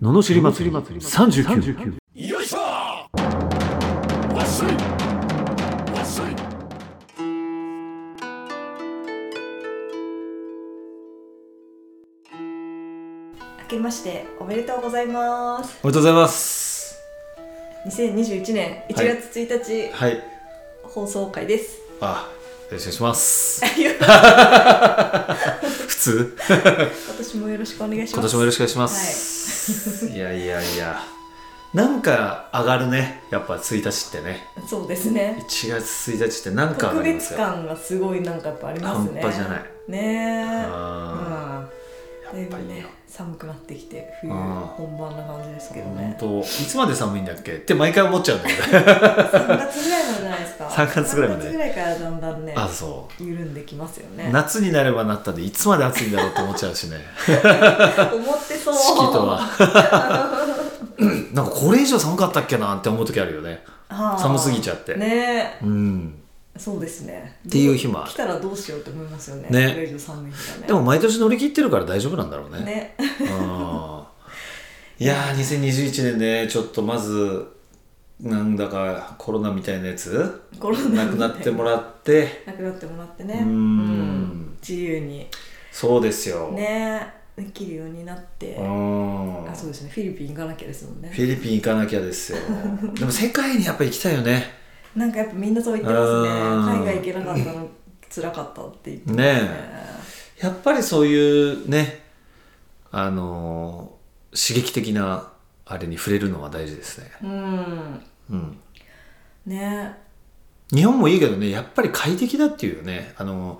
ののしり祭り39よいしょわっしょいわっしょい明けましておめでとうございますおめでとうございます2021年1月1日、はい放送回 ですあよろしくお願いします普通私もよろしくお願いし今ます年もよろしくお願いします、い、やいやいやなんか上がるねやっぱ1日ってねそうですね1月1日ってなんか上特がります別よ感がすごいなんかやっぱありますね半端じゃないねえあうんーやだっいぱぶいいねよ寒くなってきて冬うん本番な感じですけど本ね当いつまで寒いんだっけって毎回思っちゃうんだけど3月ぐらいまでじゃないですか三月ぐらいまで三月ぐらいからだんだんねあそ緩んできますよう、ね夏になればなったでいつまで暑いんだろうって思っちゃうしね思ってそう四季とはなんかこれ以上寒かったっけなって思う時あるよねあー寒すぎちゃってねうんえそうですねっていう日もある来たらどうしようって思いますよねねこれ以上寒い日がねでも毎年乗り切ってるから大丈夫なんだろうねねうんいやー2021年ねちょっとまずなんだかコロナみたいなやつコロナみたいなくなってもらってなくなってもらってねうーんうん自由にそうですよ、ねできるようになってうんあそうですねフィリピン行かなきゃですもんねフィリピン行かなきゃです よでも世界にやっぱ行きたいよねなんかやっぱみんなそう言ってますねうん海外行けなかったの辛かったって言ってますねえやっぱりそういうねあのー刺激的なあれに触れるのは大事ですねうんうんね日本もいいけどねやっぱり快適だっていうよねあの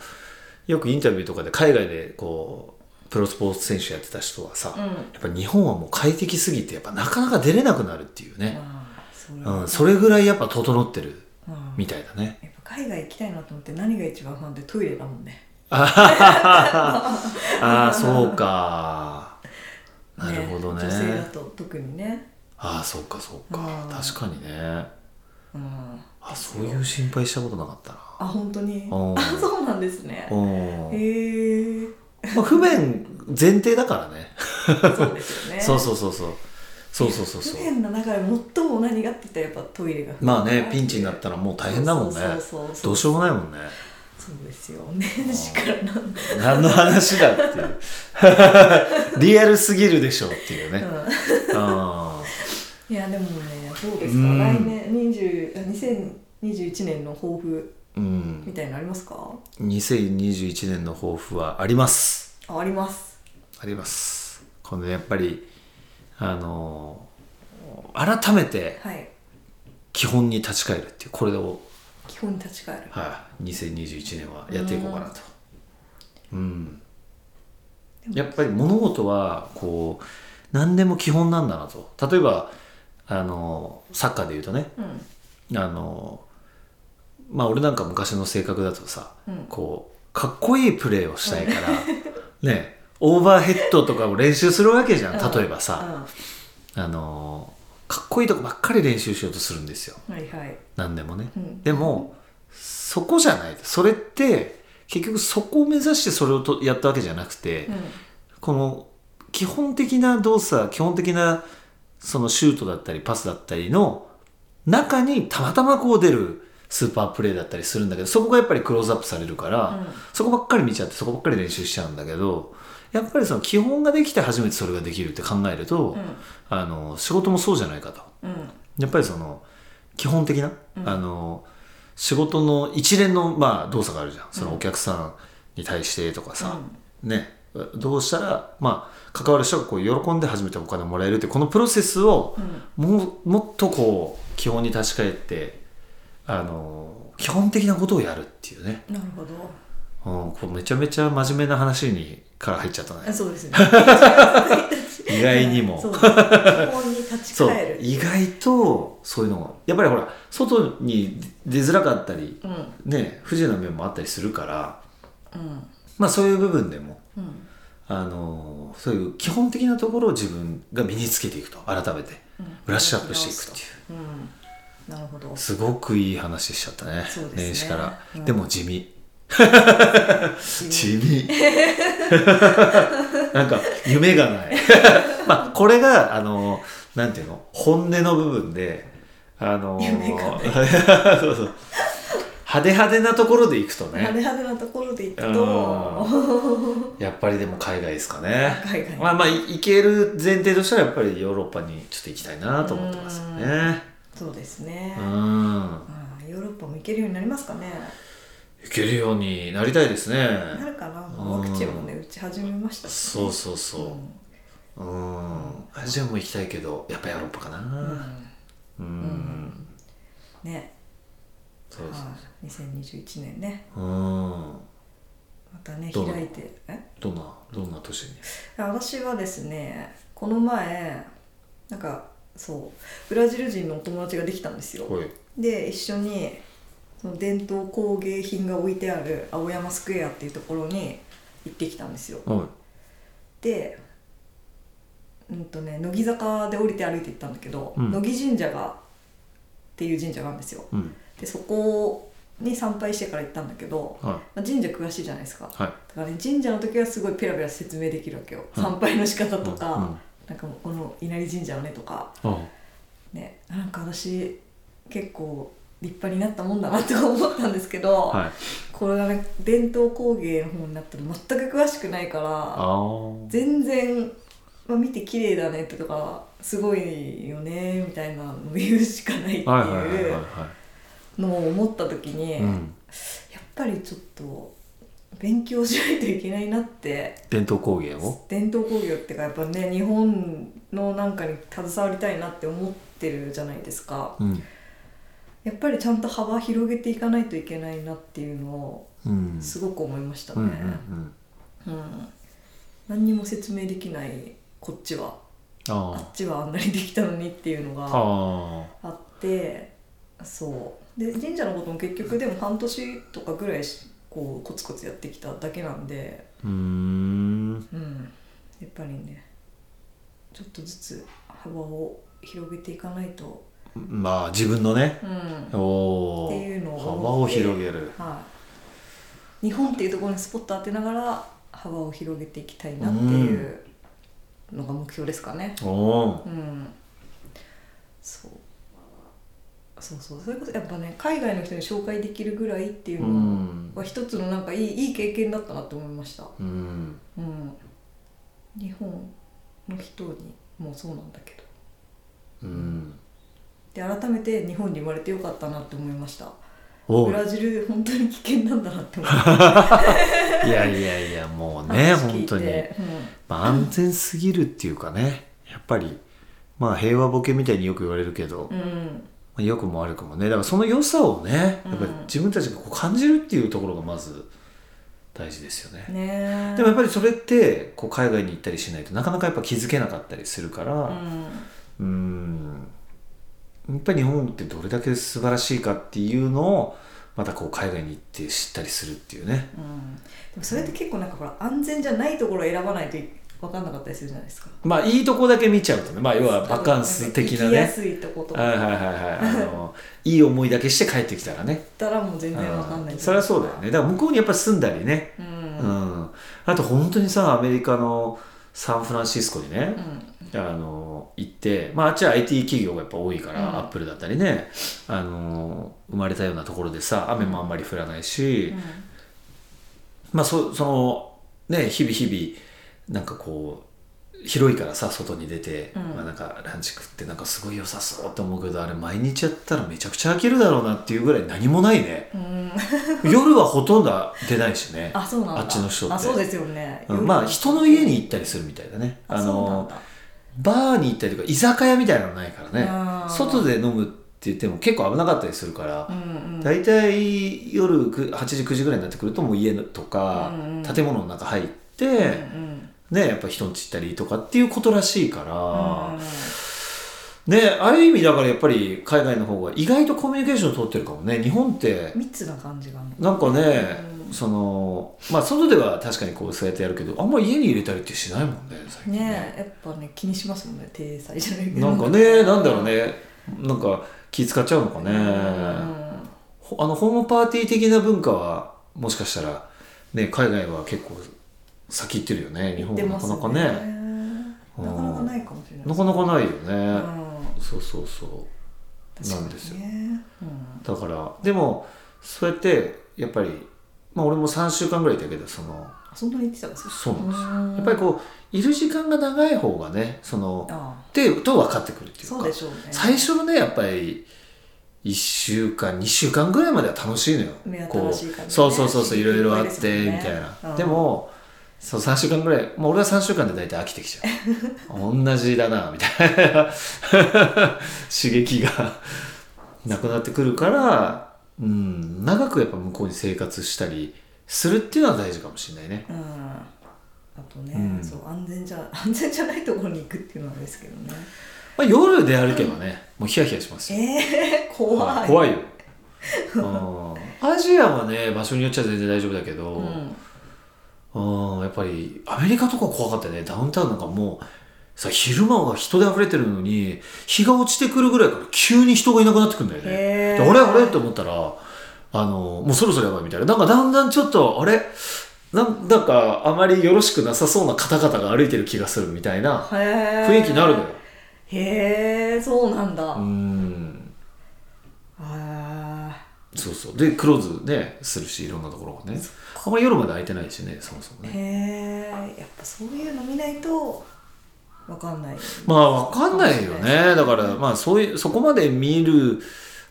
よくインタビューとかで海外でこうプロスポーツ選手やってた人はさ、うんやっぱ日本はもう快適すぎてやっぱなかなか出れなくなるっていうね、まあそれうはん、それぐらいやっぱ整ってるうんみたいだねやっぱ海外行きたいなと思って何が一番不安ってトイレだもんねああそう かなるほどね女性だと特にねああそうかそうかうん確かにねうんあそういう心配したことなかったなあ本当にうんあそうなんですねうんへえまあ不便前提だからねそうです よねそうそうそうそうそうそうそう不そう便な中で最も何がって言ったらやっぱトイレが不便まあねピンチになったらもう大変だもんねそうそうそうそうどうしようもないもんねそうですよ 年始からなんだ何の話だっていう リアルすぎるでしょうっていうね、うんあいやでもねそうですか、うん来年20あ2021年の抱負ーうんみたいのありますか2021年の抱負はありますあありますありますこのやっぱりあのー改めてはい基本に立ち返るっていうこれを、基本に立ち返るはい、2021年はやっていこうかなとうんでもやっぱり物事はこう何でも基本なんだなと例えばあのサッカーで言うとねうんあのまあ俺なんか昔の性格だとさ、うんこうかっこいいプレーをしたい から、ねオーバーヘッドとかを練習するわけじゃんうん例えばさ、あのかっこいいとこばっかり練習しようとするんですようんはいはい何でもね、うんでもそこじゃないそれって結局そこを目指してそれをとやったわけじゃなくて、うんこの基本的な動作基本的なそのシュートだったりパスだったりの中にたまたまこう出るスーパープレーだったりするんだけどそこがやっぱりクローズアップされるから、うんそこばっかり見ちゃってそこばっかり練習しちゃうんだけどやっぱりその基本ができて初めてそれができるって考えると、うんあの仕事もそうじゃないかとうんやっぱりその基本的な、うんあの仕事の一連の、まあ、動作があるじゃんそのお客さんに対してとかさ、ね、どうしたら、まあ、関わる人がこう喜んで初めてお金をもらえるってこのプロセスをうんもうもっとこう基本に立ち返ってあの基本的なことをやるっていうね、なる ほどうん、こうめちゃめちゃ真面目な話にから入っちゃったあねそ うですね意外にもそう基本に立ちそう返 る意外とそういうのがやっぱりほら外に出づらかったりうんね不自由な面もあったりするからうんまあそういう部分でもうんあのそういう基本的なところを自分が身につけていくと改めて。うんブラッシュアップしていくっていううんなるほどうすごくいい話しちゃったねそうですね年始から、うんでも地味 地地味味なんか夢がない まあこれがあのなんていうの本音の部分であの夢が なそうそう派手派手なところでいくと派手ね派手なところで行くうとやっぱりでも海外ですかね海外まあまあい行ける前提としたらやっぱりヨーロッパにちょっと行きたいなと思ってますよねそうですねうあんあヨーロッパも行けるようになりますかね行けるようになりたいですねなるかなもうワクチンもね打ち始めましたしそうそうそううんアジアも行きたいけどやっぱヨーロッパかうんなうん、ねそうですねはい2021年ねうんまたねどうなの開いてえどんなどんな年に私はですねこの前なんかそうブラジル人のお友達ができたんですよはいで一緒にその伝統工芸品が置いてある青山スクエアっていうところに行ってきたんですよはでうんとね乃木坂で降りて歩いて行ったんだけど、うん乃木神社がっていう神社があるんですよいうんでそこに参拝してから行ったんだけど、はまあ、神社詳しいじゃないですかいはいだからね神社の時はすごいペラペラ説明できるわけよ、うん参拝の仕方とか、うんうんなんかもうこの稲荷神社はねとかあねなんか私結構立派になったもんだなって思ったんですけど、はいこれがね伝統工芸の方になったら全く詳しくないからあー全然、まあ、見て綺麗だねとかすごいよねみたいなのを言うしかないってはいはいはいいはうのを思った時に、い、うん、やっぱりちょっと勉強しないといけないなって伝統工芸を伝統工業っていうかやっぱね日本のなんかに携わりたいなって思ってるじゃないですかうんやっぱりちゃんと幅広げていかないといけないなっていうのをうんすごく思いましたうね、んうんうん何にも説明できないこっちはああっちはあんなにできたのにっていうのああがあってそうで神社のことも結局でも半年とかぐらいしこうコツコツやってきただけなんでーうーんうん、やっぱりねちょっとずつ幅を広げていかないと、まあ自分のねうんおおはっていうのを幅を広げるい、日本っていうところにスポット当てながら幅を広げていきたいなっていううのが目標ですかね。おおうんそうそうそうそういうことやっぱね海外の人に紹介できるぐらいっていううのんは一つのなんかいいいい経験だったなと思いました。うんうん、日本の人にもそうなんだけどうんで改めて日本に生まれてよかったなって思いましたおブうラジル本当に危険なんだなって思ったいやいやいやもうね話聞本いて当に、うんまあ、安全すぎるっていうかねやっぱりまあ平和ボケみたいによく言われるけど、まうんあ良くも悪くもねだからその良さをねやっぱりうん自分たちがこう感じるっていうところがまず大事ですよね、ねえでもやっぱりそれってこう海外に行ったりしないとなかなかやっぱ気づけなかったりするかうらんうんやっぱり日本ってどれだけ素晴らしいかっていうのをまたこう海外に行って知ったりするっていうねうん、でもそれって結構なんかほら安全じゃないところを選ばないと分かんなかったりするじゃないですかまあいいとこだけ見ちゃうとねまあ要はバカンス的な行きやねすいとことはいかはいはいはいあのいい思いだけして帰ってきたらねたらもう全然分かんないうんそれはそうだよねだから向こうにやっぱり住んだりねううんん、うんあと本当にさアメリカのサンフランシスコにね、あの行って、まあ、あっちは IT 企業がやっぱ多いから、うんアップルだったりねあの生まれたようなところでさ雨もあんまり降らないし、まあそそのね日々日々なんかこう広いからさ外に出て、うんまあ、なんかランチ食ってなんかすごい良さそうって思うけどあれ毎日やったらめちゃくちゃ飽きるだろうなっていうぐらい何もない ねうん、夜はほとんど出ないしね あそうなんだあっちの人ってあそうですよね、うんまあ人の家に行ったりするみたいだねあそうなんだバーに行ったりとか居酒屋みたいなのないからあねー外で飲むって言っても結構危なかったりするから、うんうん大体夜く8時9時ぐらいになってくるともう家とか、うんうん建物の中入って、うんねやっぱ人んち行ったりとかっていうことらしいかうんら、ねある意味だからやっぱり海外の方が意外とコミュニケーション取ってるかもね日本って密な感じがあるのなんかね、うそのまあ外では確かにこうそうやってやるけどあんま家に入れたりってしないもんね最近ねえやっぱね気にしますもんね体裁じゃないけどなんかね、なんだろうね、なんか気使っちゃうのかね。うんほあのホームパーティー的な文化はもしかしたらね海外は結構先行ってるよね日行本ってはなますかねなかねうんなかなかないかもしれないなかなかないようね、んそうそうそう確かにねなんですようんだからでもそうやってやっぱりまあ俺も3週間ぐらいいたけどそのそんなに言ってたんですかそうなんですよんやっぱりこういる時間が長い方がねそのあってと分かってくるってあいうかそうでしょうね最初のねやっぱり1週間2週間ぐらいまでは楽しいのよ目こ新うしい感じねそうそうそうそういろいろあっですもんてねみたいな、うんでもそう3週間ぐらい、まあ、俺は3週間で大体飽きてきちゃ う同じだなみたいな 刺激がなくなってくるから、うん、長くやっぱ向こうに生活したりするっていうのは大事かもしれないねうんあとね、うんそう安全じゃ 安全じゃないところに行くっていうのはですけどねまあ、夜で歩けばね、もうヒヤヒヤしますよ。えー、怖はいい怖い よ。うんアジアはね、場所によっちゃ全然大丈夫だけど、うん、うん、やっぱりアメリカとか怖かったよね。ダウンタウンなんかもう、さ、昼間は人で溢れてるのに、日が落ちてくるぐらいから急に人がいなくなってくるんだよね。へでーあれあれと思ったら、あの、もうそろそろやばいみたいな。なんかだんだんちょっと、あれなんなんかあまりよろしくなさそうな方々が歩いてる気がするみたいなへー雰囲気になるのよ。へえそうなんだ、うあん。あそうそうでクローズねするしいろんなところがねあんまり夜まで空いてないしねそもそもーねへえやっぱそういうの見ないとわかんないまあわかんないよねだからまあそういうそこまで見る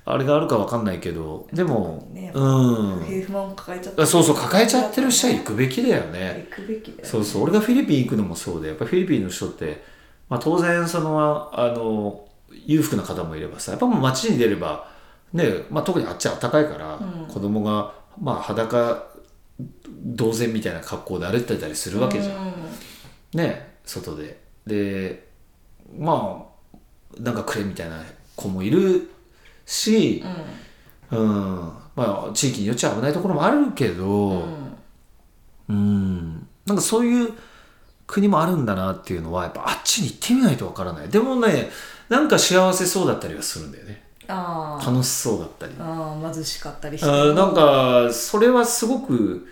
あれがあるかわかんないけどでもねうん不満を抱えちゃってあそうそう抱えちゃってる人は行行くべきだよねくべきだよねそうそう俺がフィリピン行くのもそうでやっぱフィリピンの人って、まあ、当然そのあの裕福な方もいればさやっぱもう街に出れば、ねまあ、特にあっちは暖かいから、うん子供がまあ裸同然みたいな格好で歩いてたりするわけじゃんうね外ででまあなんかくれみたいな子もいるしん、うんうんまあ地域によっちゃ危ないところもあるけどうんうん、なんかそういう国もあるんだなっていうのはやっぱあっちに行ってみないとわからないでもねなんか幸せそうだったりはするんだよねあー楽しそうだったりあー貧しかったりしてあなんかそれはすごく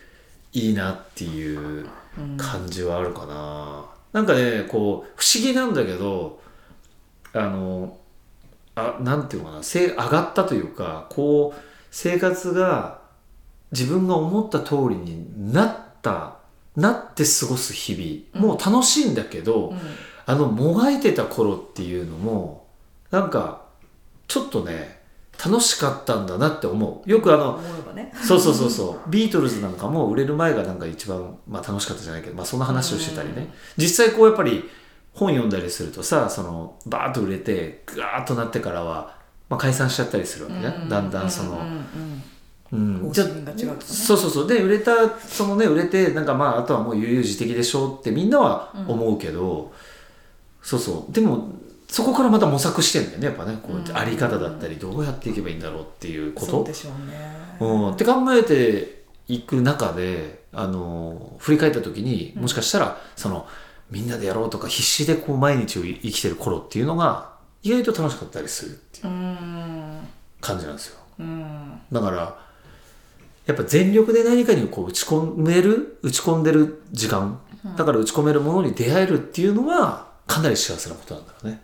いいなっていううん感じはあるかな、なんかねこう不思議なんだけどあのあなんていうのかなせ上がったというかこう生活が自分が思った通りになったなって過ごす日々もう楽しいんだけど、うんあのもがいてた頃っていうのもなんかちょっとね楽しかったんだなって思うよくあの思えばねそうそうそうそうビートルズなんかも売れる前がなんか一番、まあ、楽しかったじゃないけど、まあ、そんな話をしてたりうね実際こうやっぱり本読んだりするとさそのバーッと売れてガーッとなってからは、まあ、解散しちゃったりするわけね、だんだんそうんうの、んうん方ちょ針が違うとかねそうそうそうで売れたそのね売れてなんかまああとはもう悠々自適でしょうってみんなは思うけど、そうそうでもそこからまた模索してんだよねやっぱねこうやってあり方だったりどうやっていけばいいんだろうっていううんこと、そうでしょうねうん、って考えていく中であの振り返った時にもしかしたら、そのみんなでやろうとか必死でこう毎日を生きてる頃っていうのが意外と楽しかったりするっていううん感じなんですようんだからやっぱ全力で何かにこう打ち込める打ち込んでる時間だから打ち込めるものに出会えるっていうのはかなり幸せなことなんだろうね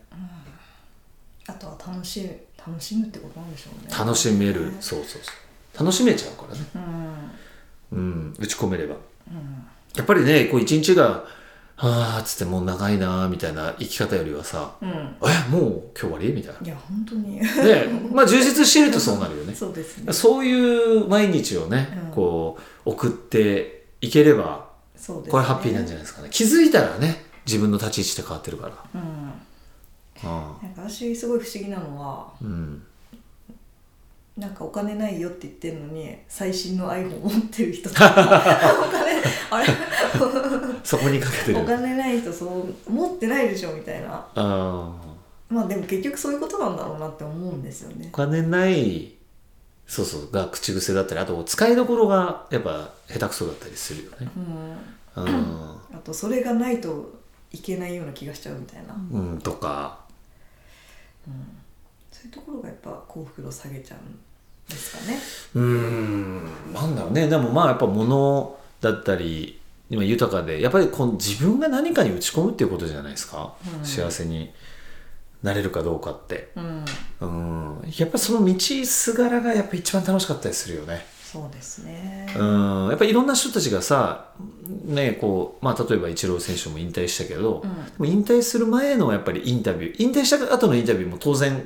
あとは楽しむ楽しむってことなんでしょうね楽しめるそうそうそう楽しめちゃうからねうんうん、打ち込めれば、んやっぱりねこう一日が「あー」っつってもう長いなーみたいな生き方よりはさうん「えもう今日終わり?」みたいいや本 当にな でまあ充実してるとそうなるよねそうですねそういう毎日をね、うんこう送っていければそうですねこれハッピーなんじゃないですかね気づいたらね自分の立ち位置って変わってるからうんあなんか私すごい不思議なのはーうんなんかお金ないよって言ってるのに最新の iPhone 持ってる人 とかお金あれそこにかけておる金ない人そう持ってないでしょみたいなあーまあでも結局そういうことなんだろうなって思うんですよねお金ないそうそうが口癖だったりあと使いどころがやっぱ下手くそだったりするよねうんうんあとそれがないといけないような気がしちゃうみたいな、うん、とかそういうところがやっぱ幸福度下げちゃうんですかねうーんなんだろうねでもまあやっぱ物だったり今豊かでやっぱりこの自分が何かに打ち込むっていうことじゃないですか、幸せになれるかどうかってうん、うんやっぱりその道すがらがやっぱ一番楽しかったりするよねそうですね。うんやっぱりいろんな人たちがさ、ねこうまあ、例えばイチロー選手も引退したけど、うんでも引退する前のやっぱりインタビュー引退した後のインタビューも当然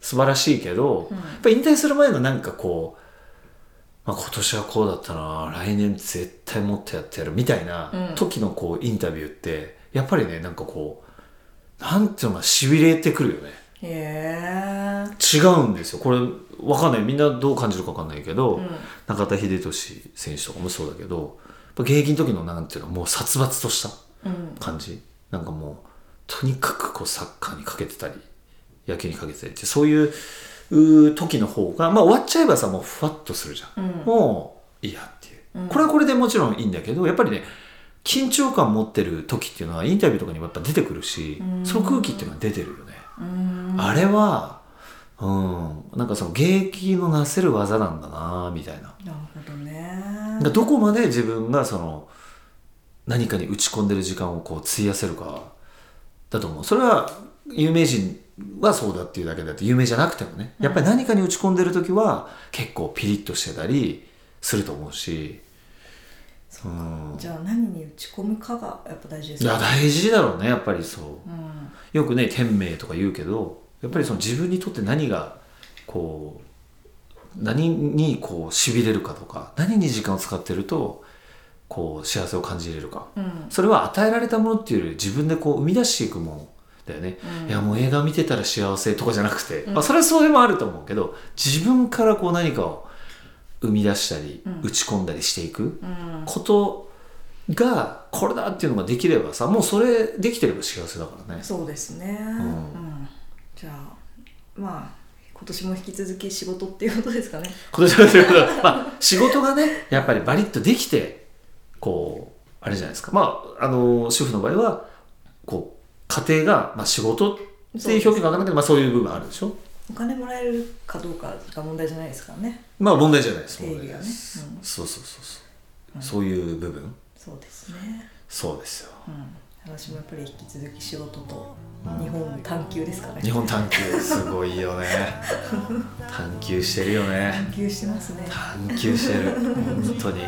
素晴らしいけど、うんやっぱ引退する前のなんかこう、まあ、今年はこうだったな来年絶対もっとやってやるみたいなうん時のこうインタビューってやっぱりねなんかこうなんていうのかなしびれてくるよねへえ。違うんですよこれわかんないみんなどう感じるかわかんないけど、うん中田英寿選手とかもそうだけどやっぱ現役の時のなんていうのもう殺伐としたうん感じなんかもうとにかくこうサッカーにかけてたり野球にかけてたりってそういううー時の方が、まあ、終わっちゃえばさもうふわっとするじゃん、うんもういいやっていう、うんこれはこれでもちろんいいんだけどやっぱりね緊張感持ってる時っていうのはインタビューとかにもやっぱ出てくるし、うんその空気っていうのは出てるよね、うんあれはうんなんかその現役のなせる技なんだなみたいななるほどね。なんかどこまで自分がその何かに打ち込んでる時間をこう費やせるかだと思うそれは有名人はそうだっていうだけであって有名じゃなくてもねやっぱり何かに打ち込んでる時は結構ピリッとしてたりすると思うし、うん、じゃあ何に打ち込むかがやっぱ大事ですいやね。大事だろうねやっぱりそううんよくね天命とか言うけどやっぱりその自分にとって何がこう何にこうしびれるかとか何に時間を使ってるとこう幸せを感じれるかうんそれは与えられたものっていうより自分でこう生み出していくもんだよね、うんいやもう映画見てたら幸せとかじゃなくて、んまあ、それはそれもあると思うけど自分からこう何かを生み出したり、うん打ち込んだりしていくうんことがこれだっていうのができればさもうそれできてれば幸せだからね。そうですね。うんんじゃあまあ今年も引き続き仕事っていうことですかね。今年の仕事、ま あ、仕事がねやっぱりバリッとできてこうあれじゃないですかまああの主婦の場合はこう家庭が、まあ、仕事っていう表現が分からないけど、まあ、そういう部分あるでしょお金もらえるかどうかが問題じゃないですからね。まあ問題じゃないです定問義が題ねです、うんそうそうそうそう、そういう部分そうですね。そうですようん私もやっぱり引き続き仕事と日本探求ですかね。日本探求すごいよ ね探求してるよね探求してますね。探求してる本当に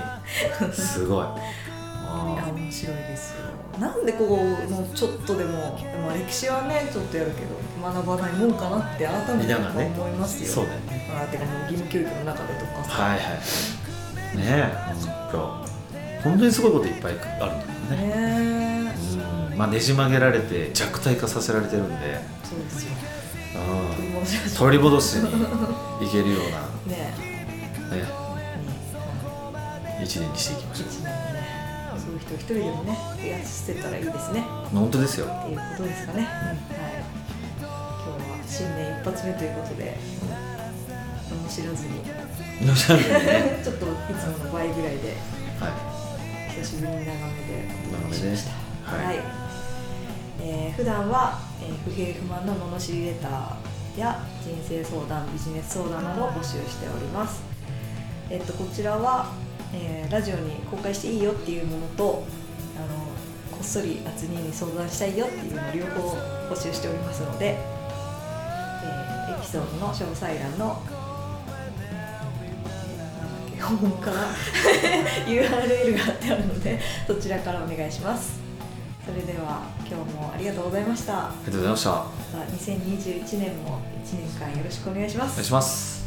す ごいいや面白いですよなんでここのちょっとでも、まあ、歴史はねちょっとやるけど学ばないもんかなって改めてやっぱ思いますよそうだよねまあ、てかもう義務教育の中でとかさ、はいはいねえ本当本当にすごいこといっぱいあるんだよねねえうんまあねじ曲げられて弱体化させられてるんで、そうですよう取りん、戻しましょ取り戻しにいけるようなうねねえね一年にしていきま一しょ年ねそういう人一人でもね増やしてたらいいですねう本当ですよっていうことですかね、はい今日は新年一発目ということで面白ずにのしゃべりね ちょっといつもの倍ぐらいでは久しぶりに長めでいおなので送りしねました。ははいい、えー普段は、えー不平不満の罵りレターや人生相談ビジネス相談などを募集しております、えっとこちらは、えーラジオに公開していいよっていうものとあのこっそり厚にに相談したいよっていうのを両方募集しておりますので、えーエピソードの詳細欄のえーなんだっけホームから URL が貼ってあるのでそちらからお願いしますそれでは今日もありがとうございましたありがとうございましたおまた2021年も1年間よろしくお願いします願いします